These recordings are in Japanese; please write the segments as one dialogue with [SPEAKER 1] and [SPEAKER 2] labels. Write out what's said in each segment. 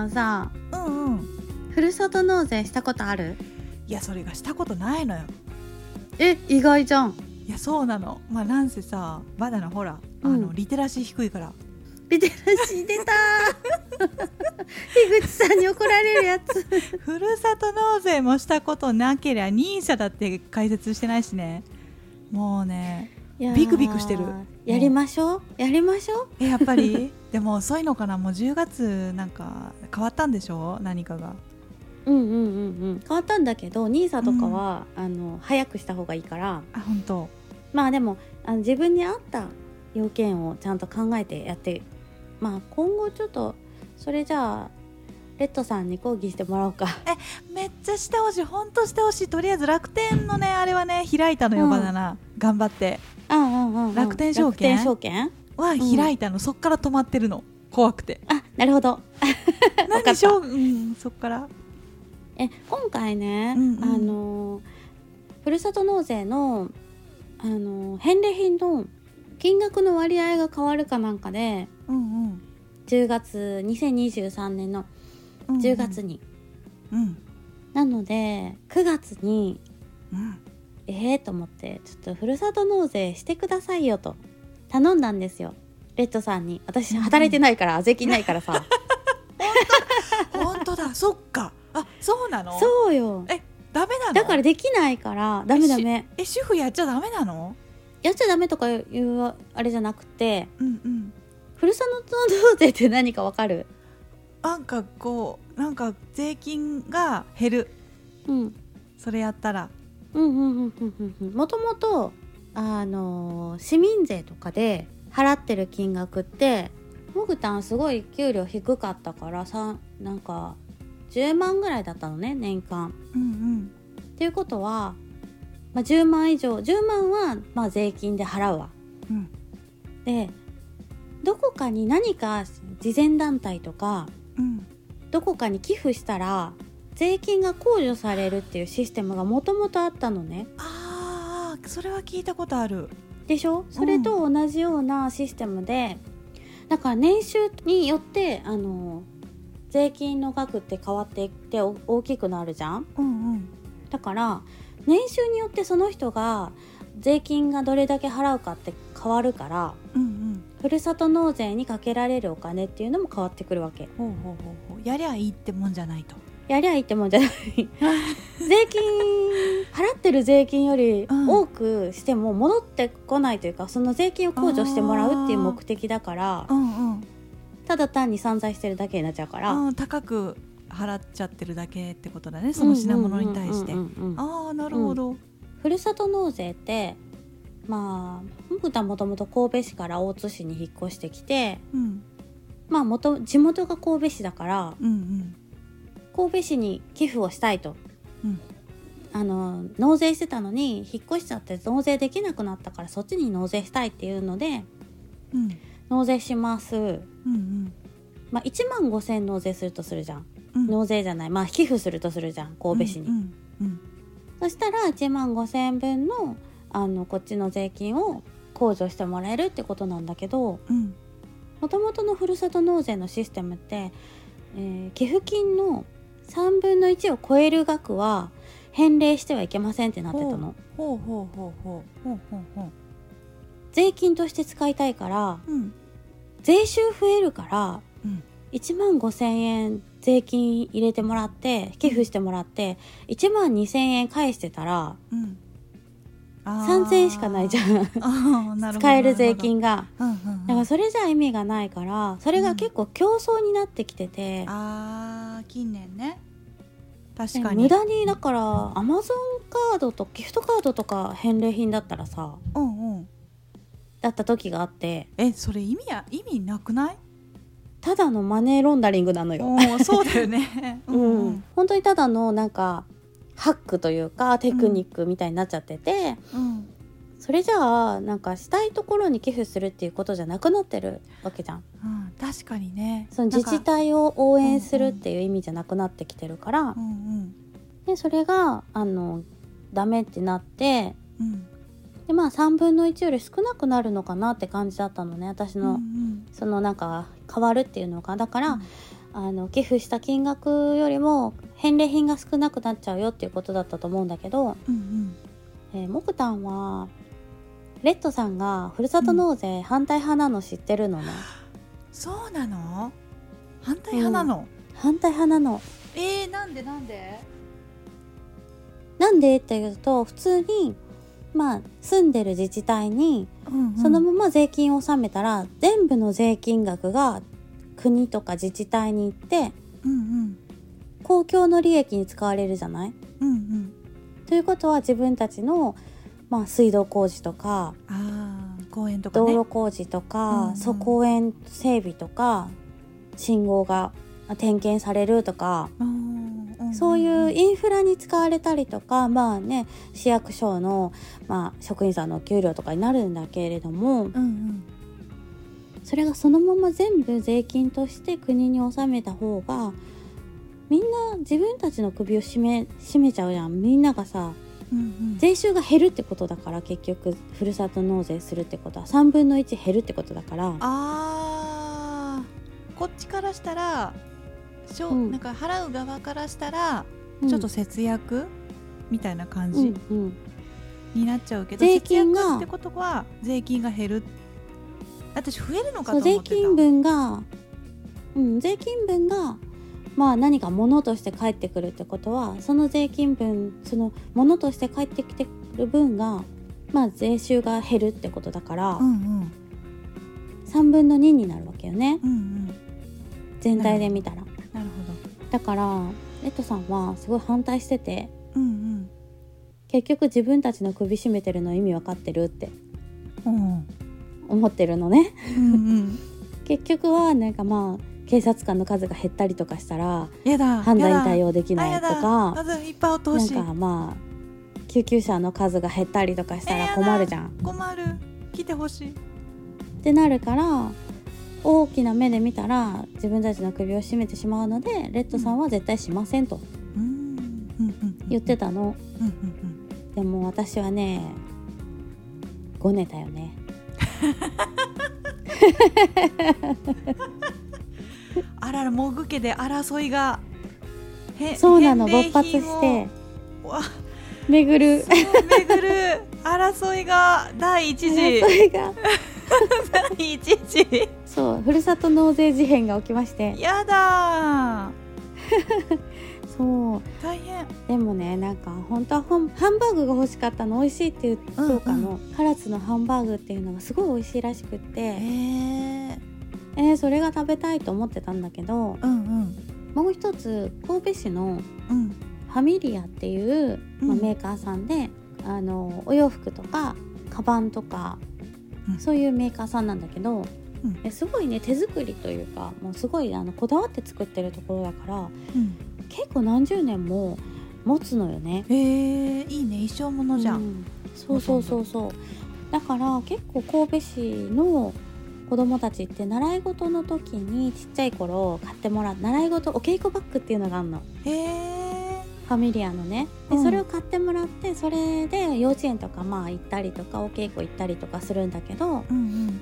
[SPEAKER 1] んさ
[SPEAKER 2] うんうん
[SPEAKER 1] ふるさと納税したことある
[SPEAKER 2] いやそれがしたことないのよ
[SPEAKER 1] え意外じゃん
[SPEAKER 2] いやそうなのまあなんせさバナナほらあの、
[SPEAKER 1] うん
[SPEAKER 2] リテラシー低いから
[SPEAKER 1] リテラシー出 た樋口さんに怒られるやつ
[SPEAKER 2] ふるさと納税もしたことなけりゃ NISA だって解説してないしねもうね
[SPEAKER 1] いやー
[SPEAKER 2] ビクビクしてる
[SPEAKER 1] やりましょうやりましょう
[SPEAKER 2] えやっ ぱりでも遅いのかなもう10月なんか変わったんでしょ何かが
[SPEAKER 1] うんうんうんうん変わったんだけど NISA とかは、あの早くした方がいいから
[SPEAKER 2] あ本当
[SPEAKER 1] まあでもあの自分に合った要件をちゃんと考えてやってまあ今後ちょっとそれじゃあレッドさんに抗議してもらおうか
[SPEAKER 2] めっちゃしてほしい本当してほしいとりあえず楽天のねあれはね開いたのよ、
[SPEAKER 1] うん
[SPEAKER 2] バナナ頑張って
[SPEAKER 1] うんうんうんうん
[SPEAKER 2] 楽天証券
[SPEAKER 1] 楽天証券
[SPEAKER 2] は
[SPEAKER 1] ん
[SPEAKER 2] 開いたの、そっから止まってるの怖 くて
[SPEAKER 1] あなるほど
[SPEAKER 2] 何
[SPEAKER 1] かった
[SPEAKER 2] でしょう、うん、そっから
[SPEAKER 1] え今回ね、
[SPEAKER 2] うんうん
[SPEAKER 1] あのーふるさと納税のあのー返礼品の金額の割合が変わるかなんかで
[SPEAKER 2] うんうん
[SPEAKER 1] 10月2023年の
[SPEAKER 2] うんうん
[SPEAKER 1] 10月に、
[SPEAKER 2] うん
[SPEAKER 1] なので9月に
[SPEAKER 2] うん
[SPEAKER 1] ええー、と思ってちょっとふるさと納税してくださいよと頼んだんですよレッドさんに私働いてないから税金ないからさ
[SPEAKER 2] 本当だそっか あそうなの
[SPEAKER 1] そうよ
[SPEAKER 2] えダメなの
[SPEAKER 1] だからできないからダメダメ
[SPEAKER 2] え主婦やっちゃダメなの
[SPEAKER 1] やっちゃダメとかいうあれじゃなくて
[SPEAKER 2] うんうん
[SPEAKER 1] ふるさと納税って何かわかる
[SPEAKER 2] なんかこうなんか税金が減る
[SPEAKER 1] うん
[SPEAKER 2] それやったら
[SPEAKER 1] うんうんうんうんうんうんもともとあのー市民税とかで払ってる金額ってモグタンすごい給料低かったからさなんか10万ぐらいだったのね年間。
[SPEAKER 2] うん
[SPEAKER 1] っていうことは、まあ、10万以上10万はまあ税金で払うわ。
[SPEAKER 2] うんうん
[SPEAKER 1] でどこかに何か慈善団体とか
[SPEAKER 2] うん
[SPEAKER 1] どこかに寄付したら税金が控除されるっていうシステムがもともとあったのね。
[SPEAKER 2] あーそれは聞いたことある
[SPEAKER 1] でしょそれと同じようなシステムで、だから年収によってあの税金の額って変わっていってお大きくなるじゃん
[SPEAKER 2] うんうん
[SPEAKER 1] だから年収によってその人が税金がどれだけ払うかって変わるから
[SPEAKER 2] うんうん
[SPEAKER 1] ふるさと納税にかけられるお金っていうのも変わってくるわけ
[SPEAKER 2] ほうほうほうほうやりゃいいってもんじゃないと
[SPEAKER 1] やりゃいいってもんじゃない 税金払ってる税金より
[SPEAKER 2] うん
[SPEAKER 1] 多くしても戻ってこないというかその税金を控除してもらうっていう目的だから
[SPEAKER 2] うんうん
[SPEAKER 1] ただ単に散財してるだけになっちゃうから、
[SPEAKER 2] あー高く払っちゃってるだけってことだねその品物に対して
[SPEAKER 1] うんうんうんうん
[SPEAKER 2] ああなるほど
[SPEAKER 1] ふるさと納税ってまあ僕はもともと神戸市から大津市に引っ越してきて
[SPEAKER 2] うん
[SPEAKER 1] まあ元地元が神戸市だから
[SPEAKER 2] うんうん
[SPEAKER 1] 神戸市に寄付をしたいと、
[SPEAKER 2] うん
[SPEAKER 1] あの納税してたのに引っ越しちゃって納税できなくなったからそっちに納税したいっていうので
[SPEAKER 2] うん
[SPEAKER 1] 納税します。
[SPEAKER 2] うんうん
[SPEAKER 1] まあ、1万5,000円納税するとするじゃん
[SPEAKER 2] うん
[SPEAKER 1] 納税じゃないまあ寄付するとするじゃん神戸市に、
[SPEAKER 2] うんうん
[SPEAKER 1] そしたら1万5,000円分のあのこっちの税金を控除してもらえるってことなんだけど
[SPEAKER 2] うん
[SPEAKER 1] もともとのふるさと納税のシステムって、えー寄付金の3分の1を超える額は返礼してはいけませんってなってたの
[SPEAKER 2] ほうほうほうほうほうほうほ
[SPEAKER 1] 税金として使いたいから
[SPEAKER 2] ううん
[SPEAKER 1] 税収増えるから、
[SPEAKER 2] うん
[SPEAKER 1] 1万5,000円税金入れてもらって寄付してもらって1万2,000円返してたら
[SPEAKER 2] うん
[SPEAKER 1] 3,000円しかないじゃ
[SPEAKER 2] ん
[SPEAKER 1] ん使える税金が。
[SPEAKER 2] うんうん
[SPEAKER 1] だからそれじゃ意味がないからそれが結構競争になってきてて、
[SPEAKER 2] あー近年ね
[SPEAKER 1] で
[SPEAKER 2] 確かに
[SPEAKER 1] 無駄にだからアマゾンカードとギフトカードとか返礼品だったらさ
[SPEAKER 2] うんうん
[SPEAKER 1] だった時があって
[SPEAKER 2] えそれ意味や意味なくない
[SPEAKER 1] ただのマネーロンダリングなのよ。
[SPEAKER 2] おーそうだよね
[SPEAKER 1] うん、本当にただのなんかハックというかテクニックみたいになっちゃってて、
[SPEAKER 2] うん
[SPEAKER 1] それじゃあなんかしたいところに寄付するっていうことじゃなくなってるわけじゃん
[SPEAKER 2] うん確かにね
[SPEAKER 1] その自
[SPEAKER 2] な
[SPEAKER 1] 治
[SPEAKER 2] んか
[SPEAKER 1] 体を応援するっていう意味じゃなくなってきてるから、
[SPEAKER 2] うん
[SPEAKER 1] でそれがあのダメってなって
[SPEAKER 2] うんうん
[SPEAKER 1] でまあ3分の1より少なくなるのかなって感じだったのね私
[SPEAKER 2] うんう
[SPEAKER 1] の、
[SPEAKER 2] ん
[SPEAKER 1] そのなんか変わるっていうのがだから、
[SPEAKER 2] うん
[SPEAKER 1] あの寄付した金額よりも返礼品が少なくなっちゃうよっていうことだったと思うんだけど、
[SPEAKER 2] うん
[SPEAKER 1] えー、モクタンはレッドさんがふるさと納税反対派なの知ってるのね、
[SPEAKER 2] そうなの反対派なの、
[SPEAKER 1] 反対派なの
[SPEAKER 2] えー、なんでなんで
[SPEAKER 1] なんでって言うと普通にまあ住んでる自治体に
[SPEAKER 2] うんうん
[SPEAKER 1] そのまま税金を納めたら、全部の税金額が国とか自治体に行って
[SPEAKER 2] うんうん
[SPEAKER 1] 公共の利益に使われるじゃない
[SPEAKER 2] うんうん
[SPEAKER 1] ということは自分たちの、まあ、水道工事とか
[SPEAKER 2] ああ公園とか
[SPEAKER 1] 道
[SPEAKER 2] ね
[SPEAKER 1] 路工事とか、
[SPEAKER 2] うんうん
[SPEAKER 1] そう公園整備とか信号があ点検されるとか、
[SPEAKER 2] うんうん
[SPEAKER 1] そういうインフラに使われたりとかまあね市役所の、まあ、職員さんのお給料とかになるんだけれども
[SPEAKER 2] うんうん
[SPEAKER 1] それがそのまま全部税金として国に納めた方がみんな自分たちの首を絞め絞めちゃうじゃんみんながさ
[SPEAKER 2] うんうん
[SPEAKER 1] 税収が減るってことだから結局ふるさと納税するってことは3分の1減るってことだから
[SPEAKER 2] あーこっちからしたらしょ、
[SPEAKER 1] うん
[SPEAKER 2] なんか払う側からしたら、
[SPEAKER 1] うん
[SPEAKER 2] ちょっと節約みたいな感
[SPEAKER 1] う
[SPEAKER 2] じ
[SPEAKER 1] んうん
[SPEAKER 2] になっちゃうけど、
[SPEAKER 1] 税金が
[SPEAKER 2] 節約ってことは税金が減る私増えるのか
[SPEAKER 1] そ
[SPEAKER 2] と
[SPEAKER 1] う税
[SPEAKER 2] 思ってた
[SPEAKER 1] 金分がうん税金分がまあ何か物として返ってくるってことはその税金分その物として返ってきてる分がまあ税収が減るってことだから
[SPEAKER 2] うんうん
[SPEAKER 1] 3分の2になるわけよね
[SPEAKER 2] うんうん
[SPEAKER 1] 全体で見たら
[SPEAKER 2] なる
[SPEAKER 1] だからレッドさんはすごい反対してて
[SPEAKER 2] ほどうん
[SPEAKER 1] 結局自分たちの首絞めてるの意味わかってるって
[SPEAKER 2] うんうん
[SPEAKER 1] 思ってるのね
[SPEAKER 2] うんうん
[SPEAKER 1] 結局はなんかまあ警察官の数が減ったりとかしたら
[SPEAKER 2] やだ
[SPEAKER 1] 犯罪に対
[SPEAKER 2] 応
[SPEAKER 1] 応できないとか
[SPEAKER 2] まずいっぱい落と
[SPEAKER 1] なん
[SPEAKER 2] しい
[SPEAKER 1] かまあ救急車の数が減ったりとかしたら困るじゃん。
[SPEAKER 2] 困る来てほしい
[SPEAKER 1] ってなるから大きな目で見たら自分たちの首を絞めてしまうのでレッドさんは絶対しませんと
[SPEAKER 2] うんうんうんうん
[SPEAKER 1] 言ってたの。
[SPEAKER 2] うんうん
[SPEAKER 1] でも私はねごねたよね。
[SPEAKER 2] うんあららもぐけで争いがへ
[SPEAKER 1] そうなの勃
[SPEAKER 2] 返礼
[SPEAKER 1] 発
[SPEAKER 2] 品
[SPEAKER 1] し
[SPEAKER 2] を
[SPEAKER 1] て
[SPEAKER 2] わ
[SPEAKER 1] 巡る
[SPEAKER 2] そう巡る争いが第 一次
[SPEAKER 1] 争いが
[SPEAKER 2] 第一次
[SPEAKER 1] そうふるさと納税事変が起きまして
[SPEAKER 2] やだー
[SPEAKER 1] そう
[SPEAKER 2] 大変
[SPEAKER 1] でもねなんか本当はハンハンバーグが欲しかったの美味しいっていう評価の、唐津のハンバーグっていうのがすごい美味しいらしくって
[SPEAKER 2] えー、
[SPEAKER 1] えーそれが食べたいと思ってたんだけど
[SPEAKER 2] うんうん
[SPEAKER 1] もう一つ神戸市の
[SPEAKER 2] うん
[SPEAKER 1] ファミリアっていう、まあ
[SPEAKER 2] うん
[SPEAKER 1] メーカーさんであのお洋服とかカバンとか、
[SPEAKER 2] うん
[SPEAKER 1] そういうメーカーさんなんだけど、
[SPEAKER 2] うん
[SPEAKER 1] えすごいね手作りというかもうすごいあのこだわって作ってるところだから
[SPEAKER 2] うん
[SPEAKER 1] 結構何十年も持つのよね。
[SPEAKER 2] えー、いいね一生ものじゃ、
[SPEAKER 1] うんんそうそうそうそうだから結構神戸市の子供たちって習い事の時にちっちゃい頃買ってもらう習い事お稽古バッグっていうのがあるの
[SPEAKER 2] ええ
[SPEAKER 1] ファミリアのねで
[SPEAKER 2] うん
[SPEAKER 1] それを買ってもらってそれで幼稚園とかまあ行ったりとかお稽古行ったりとかするんだけど
[SPEAKER 2] ー、うん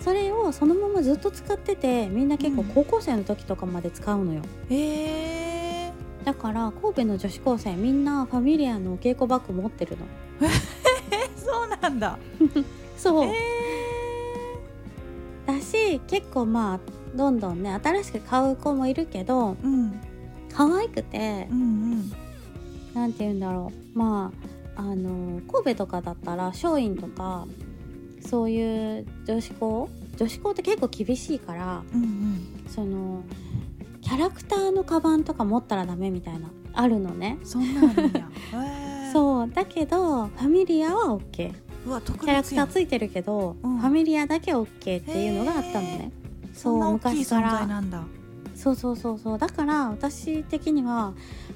[SPEAKER 1] それをそのままずっと使っててみんな結構
[SPEAKER 2] うん
[SPEAKER 1] 高校生の時とかまで使うのよ
[SPEAKER 2] うんえー、
[SPEAKER 1] だから神戸の女子高生みんなファミリアのお稽古バッグ持ってるの
[SPEAKER 2] えそうなんだ
[SPEAKER 1] そう、
[SPEAKER 2] え
[SPEAKER 1] だし結構まあどんどんね新しく買う子もいるけど
[SPEAKER 2] ー、うん
[SPEAKER 1] 可愛くて
[SPEAKER 2] うんうん
[SPEAKER 1] 何て言うんだろうまああの神戸とかだったら松陰とかそういう女子校女子校って結構厳しいから
[SPEAKER 2] うんうん
[SPEAKER 1] そのキャラクターのカバンとか持ったらダメみたいなあるのね。
[SPEAKER 2] そんなんあるん や、えー、う
[SPEAKER 1] そうだけどファミリアは OK キ
[SPEAKER 2] うわ特
[SPEAKER 1] ャラク
[SPEAKER 2] 別
[SPEAKER 1] タ
[SPEAKER 2] や
[SPEAKER 1] ー
[SPEAKER 2] ん
[SPEAKER 1] ついてるけど、
[SPEAKER 2] うん
[SPEAKER 1] ファミリアだけ OK っていうのがあったのね
[SPEAKER 2] そんな大きい
[SPEAKER 1] 昔か
[SPEAKER 2] 存
[SPEAKER 1] ら
[SPEAKER 2] 在なんだ
[SPEAKER 1] そうそうそうそうだから私的には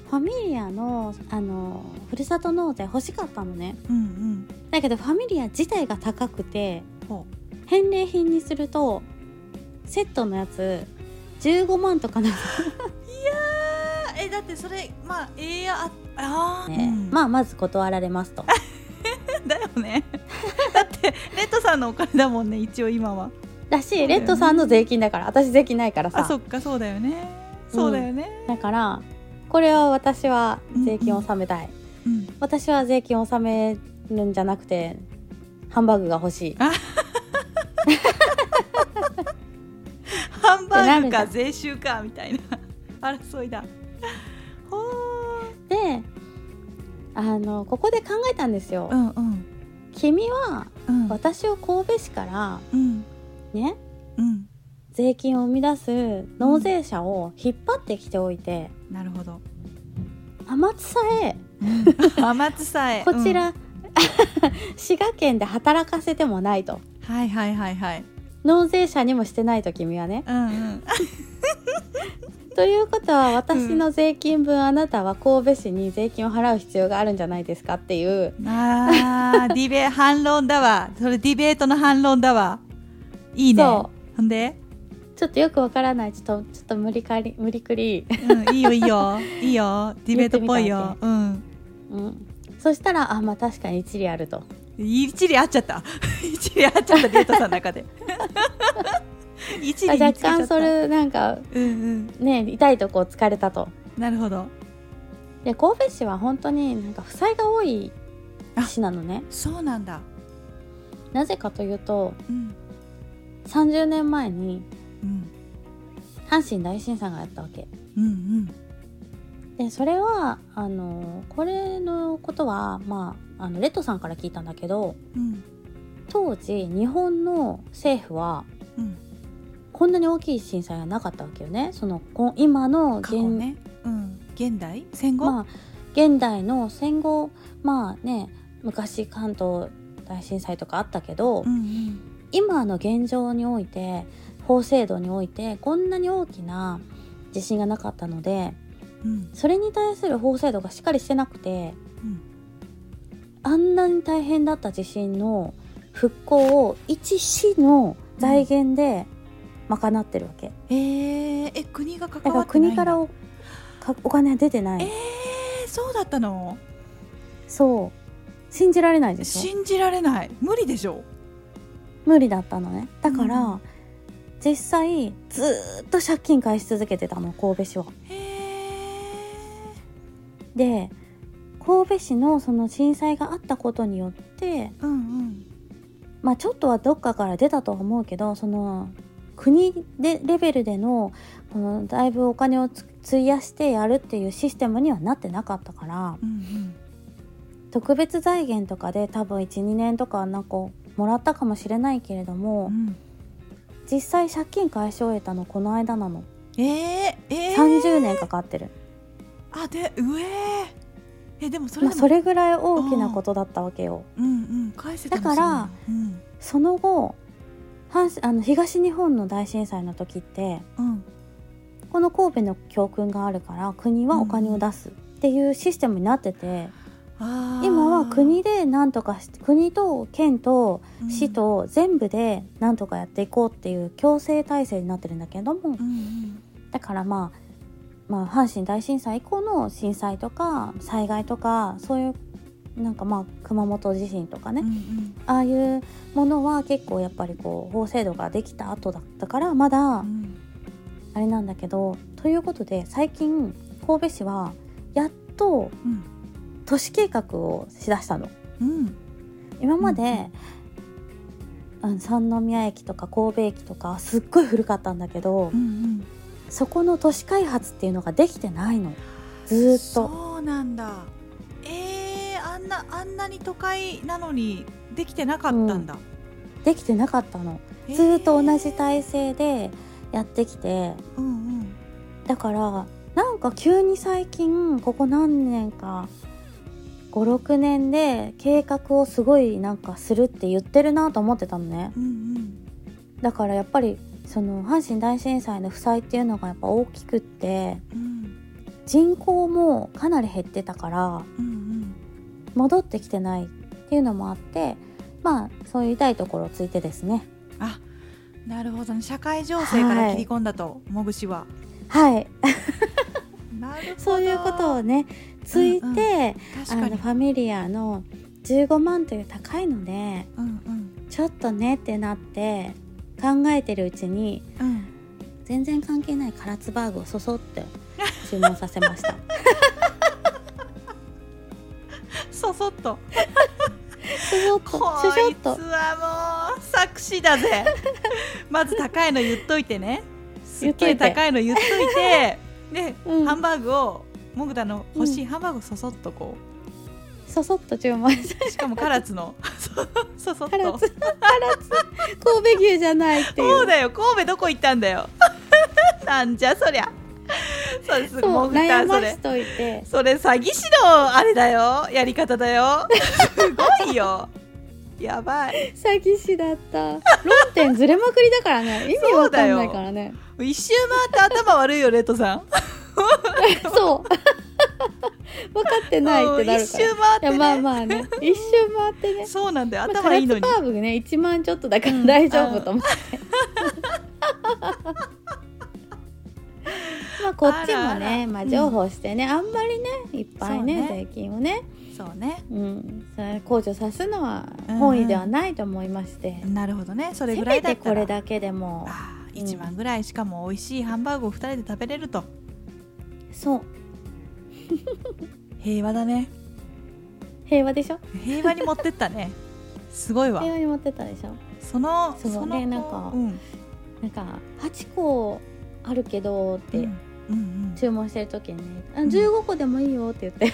[SPEAKER 1] ファミリアのあのふるさと納税欲しかったのね
[SPEAKER 2] うん
[SPEAKER 1] だけどファミリア自体が高くて
[SPEAKER 2] うんほ
[SPEAKER 1] 返礼品にするとセットのやつ15万とかな
[SPEAKER 2] うえだってそれまあええやああ
[SPEAKER 1] のね、まあまず断られます と
[SPEAKER 2] だよね だってレッドさんのお金だもんね一応今は
[SPEAKER 1] だしレッドさんの税金だから私税金ないから
[SPEAKER 2] あ
[SPEAKER 1] さ
[SPEAKER 2] そっかそうだよねそうだよね、
[SPEAKER 1] だからこれは私は税金を納めたい、
[SPEAKER 2] うん、
[SPEAKER 1] 私は税金を納めるんじゃなくてハンバーグが欲しい
[SPEAKER 2] ハンバーグ
[SPEAKER 1] っ
[SPEAKER 2] か
[SPEAKER 1] て
[SPEAKER 2] 税収かみたいな 争いだほ
[SPEAKER 1] であのここで考えたんですよ、
[SPEAKER 2] ーうんうん
[SPEAKER 1] 君は
[SPEAKER 2] うん
[SPEAKER 1] 私を神戸市から
[SPEAKER 2] うん
[SPEAKER 1] ね
[SPEAKER 2] うん
[SPEAKER 1] 税金を生み出す納税者を引っ張ってきておいて
[SPEAKER 2] なるほど
[SPEAKER 1] 天津さえ
[SPEAKER 2] 天津さえ
[SPEAKER 1] こち
[SPEAKER 2] う
[SPEAKER 1] ら、 滋賀県で働かせてもないと
[SPEAKER 2] んはいはいはいはい
[SPEAKER 1] 納税者にもしてないと君はね
[SPEAKER 2] うんうん
[SPEAKER 1] ということは私の税金分あなたは神戸市に税金を払う必要があるんじゃないですかっていう
[SPEAKER 2] あーディベ反論だわそれディベートの反論だわいいね
[SPEAKER 1] そ
[SPEAKER 2] ほんで、
[SPEAKER 1] ちょっとよくわからないちょっとちょっと無理かり無理くり、
[SPEAKER 2] うん、いいよいいよいいよディベートっぽい
[SPEAKER 1] 言っ
[SPEAKER 2] よ
[SPEAKER 1] てみ
[SPEAKER 2] うん
[SPEAKER 1] うん、そしたらあまあ確かに一理あると
[SPEAKER 2] 一理合っちゃった 一理合っちゃったデートさんの中で 一理
[SPEAKER 1] あ
[SPEAKER 2] 見つけちゃ
[SPEAKER 1] 若干
[SPEAKER 2] った
[SPEAKER 1] それなんか
[SPEAKER 2] うんうん
[SPEAKER 1] ね痛いとこ疲れたと
[SPEAKER 2] なるほど
[SPEAKER 1] で神戸市は本当になんか負債が多い市なのね
[SPEAKER 2] そうなんだ
[SPEAKER 1] なぜかというと
[SPEAKER 2] うん
[SPEAKER 1] 30年前に
[SPEAKER 2] うん
[SPEAKER 1] 阪神大震災があったわけ
[SPEAKER 2] うん
[SPEAKER 1] でそれはあのこれのことは、まあ、あのレッドさんから聞いたんだけど
[SPEAKER 2] うんうん
[SPEAKER 1] 当時日本の政府は
[SPEAKER 2] うん
[SPEAKER 1] こんなに大きい震災がなかったわけよねそのこ今の
[SPEAKER 2] 過去ねうん現代戦後、
[SPEAKER 1] まあ、現代の戦後まあね昔関東大震災とかあったけど、
[SPEAKER 2] うん
[SPEAKER 1] 今の現状において法制度においてこんなに大きな地震がなかったので
[SPEAKER 2] うんうん
[SPEAKER 1] それに対する法制度がしっかりしてなくて
[SPEAKER 2] うん
[SPEAKER 1] あんなに大変だった地震の復興を一市の財源で賄ってるわけ、
[SPEAKER 2] えー、え国が関
[SPEAKER 1] だか
[SPEAKER 2] わ
[SPEAKER 1] ら
[SPEAKER 2] ってない
[SPEAKER 1] 国
[SPEAKER 2] んだ
[SPEAKER 1] からおかお金は出てない、
[SPEAKER 2] ええー、そうだったの
[SPEAKER 1] そう信じられないでしょ
[SPEAKER 2] 信じられない無理でしょ
[SPEAKER 1] 無理だったのねだから、
[SPEAKER 2] うん
[SPEAKER 1] 実際ずーっと借金返し続けてたの神戸市は。
[SPEAKER 2] へえ
[SPEAKER 1] で神戸市のその震災があったことによって
[SPEAKER 2] うんうん
[SPEAKER 1] まあちょっとはどっかから出たとは思うけどその国でレベルでのこのだいぶお金をつ費やしてやるっていうシステムにはなってなかったから
[SPEAKER 2] うんうん
[SPEAKER 1] 特別財源とかで多分12年とかなんかもらったかもしれないけれど
[SPEAKER 2] う
[SPEAKER 1] も
[SPEAKER 2] ん
[SPEAKER 1] 実際借金返し終えたのこの間なの
[SPEAKER 2] えー、えー、
[SPEAKER 1] 30年かかってる、
[SPEAKER 2] あでうえー、えでもそれ
[SPEAKER 1] まあ、
[SPEAKER 2] で
[SPEAKER 1] そ
[SPEAKER 2] も、
[SPEAKER 1] れぐらい大きなことだったわけよ。
[SPEAKER 2] うんうん返せた
[SPEAKER 1] だから
[SPEAKER 2] うん
[SPEAKER 1] その後阪神あの東日本の大震災の時って
[SPEAKER 2] うん
[SPEAKER 1] この神戸の教訓があるから国はお金を出すっていうシステムになってて、
[SPEAKER 2] あー
[SPEAKER 1] 今は国でなんとかして国と県と
[SPEAKER 2] うん
[SPEAKER 1] 市と全部でなんとかやっていこうっていう強制体制になってるんだけども
[SPEAKER 2] うんうん
[SPEAKER 1] だからまあまあ、阪神大震災以降の震災とか災害とかそういうなんかまあ熊本地震とかね、
[SPEAKER 2] うんうん
[SPEAKER 1] ああいうものは結構やっぱりこう法制度ができた後だったからまだ
[SPEAKER 2] うん
[SPEAKER 1] あれなんだけどということで最近神戸市はやっと
[SPEAKER 2] うん
[SPEAKER 1] 都市計画をしだしたの
[SPEAKER 2] うん
[SPEAKER 1] 今まで、あの三宮駅とか神戸駅とかすっごい古かったんだけど
[SPEAKER 2] うんうん
[SPEAKER 1] そこの都市開発っていうのができてないのずーっと
[SPEAKER 2] そうなんだえー、あんなあんなに都会なのにできてなかったんだ、
[SPEAKER 1] できてなかったの
[SPEAKER 2] え
[SPEAKER 1] ずーっと同じ体制でやってきて
[SPEAKER 2] うんうん
[SPEAKER 1] だからなんか急に最近ここ何年か56年で計画をすごいなんかするって言ってるなと思ってたのね
[SPEAKER 2] うん
[SPEAKER 1] だからやっぱりその阪神大震災の負債っていうのがやっぱ大きくって
[SPEAKER 2] うんうん
[SPEAKER 1] 人口もかなり減ってたから
[SPEAKER 2] うんうん
[SPEAKER 1] 戻ってきてないっていうのもあってまあそういう痛いところをついてですね
[SPEAKER 2] あなるほどね社会情勢から切り込んだと、もぐしは
[SPEAKER 1] はい
[SPEAKER 2] なるほど
[SPEAKER 1] そういうことをねついて、
[SPEAKER 2] うんうん
[SPEAKER 1] あ
[SPEAKER 2] 確か
[SPEAKER 1] の
[SPEAKER 2] に
[SPEAKER 1] ファミリアの15万という高いので
[SPEAKER 2] うんうん
[SPEAKER 1] ちょっとねってなって考えてるうちに
[SPEAKER 2] うん
[SPEAKER 1] 全然関係ないカラツバーグをそそって注文させました
[SPEAKER 2] そそっと
[SPEAKER 1] そそっと
[SPEAKER 2] こ
[SPEAKER 1] シュシュ
[SPEAKER 2] い
[SPEAKER 1] ッ
[SPEAKER 2] つ
[SPEAKER 1] と
[SPEAKER 2] はもう作詞 だぜまず高いの言っといてねすっげ
[SPEAKER 1] 言
[SPEAKER 2] え
[SPEAKER 1] っといて
[SPEAKER 2] 高いの言っとい てで、
[SPEAKER 1] うん
[SPEAKER 2] ハンバーグをモグダの欲しいハンバーグをそそっとこ
[SPEAKER 1] そそっと注文し
[SPEAKER 2] うしかも唐津のそそっ
[SPEAKER 1] カ
[SPEAKER 2] と
[SPEAKER 1] ラツカラツ神戸牛じゃないってい
[SPEAKER 2] そう
[SPEAKER 1] う
[SPEAKER 2] だよ神戸どこ行ったんだよ なんじゃそりゃそうです
[SPEAKER 1] そ
[SPEAKER 2] モ
[SPEAKER 1] う
[SPEAKER 2] グダ
[SPEAKER 1] 悩
[SPEAKER 2] そ
[SPEAKER 1] ま
[SPEAKER 2] れ
[SPEAKER 1] しといて
[SPEAKER 2] それ詐欺師のあれだよやり方だよすごいよやばい
[SPEAKER 1] 詐欺師だった論点ずれまくりだから ね意味わかんないからね
[SPEAKER 2] 一周回って頭悪いよレッドさん
[SPEAKER 1] そう 分かってないってなるから
[SPEAKER 2] 一周回って、
[SPEAKER 1] いや
[SPEAKER 2] ね、
[SPEAKER 1] まあまあね一周回ってね
[SPEAKER 2] そうなんだよ
[SPEAKER 1] まあ
[SPEAKER 2] 頭いいのに、
[SPEAKER 1] カラツバーグね1万ちょっとだから大丈夫と思って、 まあこっちも
[SPEAKER 2] あらあ
[SPEAKER 1] ね
[SPEAKER 2] ら
[SPEAKER 1] まあ、情報してね、あんまりねいっぱいね
[SPEAKER 2] そうね
[SPEAKER 1] 税金をね、
[SPEAKER 2] そうね
[SPEAKER 1] うん、それ控除さすのは
[SPEAKER 2] うん
[SPEAKER 1] 本意ではないと思いまして、
[SPEAKER 2] なるほどねそれ
[SPEAKER 1] せ
[SPEAKER 2] ぐら
[SPEAKER 1] め
[SPEAKER 2] いだ
[SPEAKER 1] て
[SPEAKER 2] った
[SPEAKER 1] こ
[SPEAKER 2] ら
[SPEAKER 1] れだけでも
[SPEAKER 2] あー
[SPEAKER 1] うん
[SPEAKER 2] 1万ぐらいしかも美味しいハンバーグを2人で食べれると
[SPEAKER 1] そう
[SPEAKER 2] 平和だね
[SPEAKER 1] 平和でしょ
[SPEAKER 2] 平和に持ってっ たねすごいわ
[SPEAKER 1] 平和に持ってったでしょ
[SPEAKER 2] その
[SPEAKER 1] そう
[SPEAKER 2] の
[SPEAKER 1] ねなんか
[SPEAKER 2] うん
[SPEAKER 1] なんか8個あるけどって、
[SPEAKER 2] うんうん
[SPEAKER 1] 注文してる時に、ね「あ
[SPEAKER 2] ん
[SPEAKER 1] 15個でもいいよ」って言って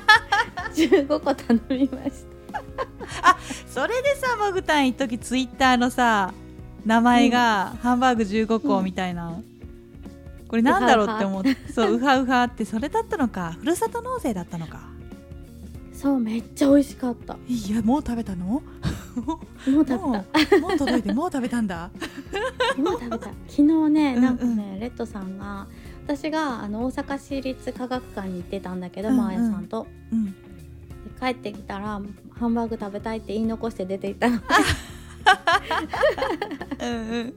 [SPEAKER 1] 15個頼みまし
[SPEAKER 2] それでさモグタン一時ツイッターのさ名前が、ハンバーグ15個みたいな、これなんだろうって思ってそうウハウハってそれだったのかふるさと納税だったのか
[SPEAKER 1] たそうめっちゃ美味しかったも
[SPEAKER 2] いやもう食べたの
[SPEAKER 1] う食べた
[SPEAKER 2] も
[SPEAKER 1] 今
[SPEAKER 2] うもう届いてもう食べたんだ
[SPEAKER 1] 食べた昨日ね
[SPEAKER 2] うん
[SPEAKER 1] なんかね、レッドさんが私があの大阪市立科学館に行ってたんだけど、
[SPEAKER 2] うんうん
[SPEAKER 1] マーヤさんと。
[SPEAKER 2] うん
[SPEAKER 1] で帰ってきたらハンバーグ食べたいって言い残して出て行った の
[SPEAKER 2] うんうん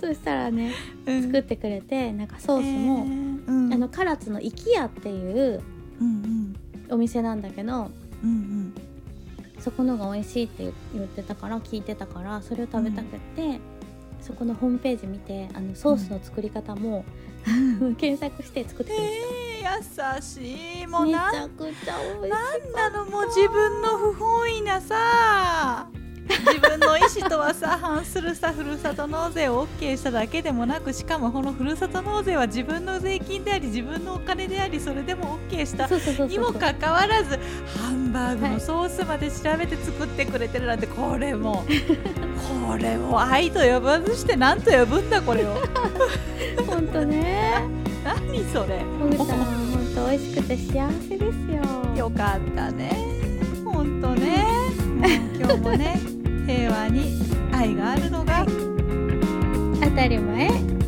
[SPEAKER 1] そしたらね
[SPEAKER 2] うん
[SPEAKER 1] 作ってくれてなんかソース
[SPEAKER 2] え
[SPEAKER 1] も、
[SPEAKER 2] ーうん
[SPEAKER 1] あの唐津のイキヤっていう
[SPEAKER 2] うん
[SPEAKER 1] お店なんだけど
[SPEAKER 2] うんうん
[SPEAKER 1] そこのが美味しいって言ってたから聞いてたからそれを食べたくって、そこのホームページ見てあのソースの作り方も、 検索して作ってくれた
[SPEAKER 2] 優しいもう
[SPEAKER 1] めち
[SPEAKER 2] なん
[SPEAKER 1] ゃくちゃ美味しい
[SPEAKER 2] なのもう自分の不本意 なさ自分の意思とはさ反するさふるさと納税を OK しただけでもなくしかもこのふるさと納税は自分の税金であり自分のお金でありそれでも OK した
[SPEAKER 1] そうそうそう
[SPEAKER 2] に
[SPEAKER 1] そ
[SPEAKER 2] も
[SPEAKER 1] う
[SPEAKER 2] かかわらずハンバーグ
[SPEAKER 1] は
[SPEAKER 2] の
[SPEAKER 1] い
[SPEAKER 2] ソースまで調べて作ってくれてるなんてこれも これも愛と呼ばずして何と呼ぶんだこれを
[SPEAKER 1] 本当ね
[SPEAKER 2] 何それ
[SPEAKER 1] もぐちゃん本当美味しくて幸せですよ
[SPEAKER 2] よかったね本当ねもう今日もね平和に愛があるのが
[SPEAKER 1] 当たり前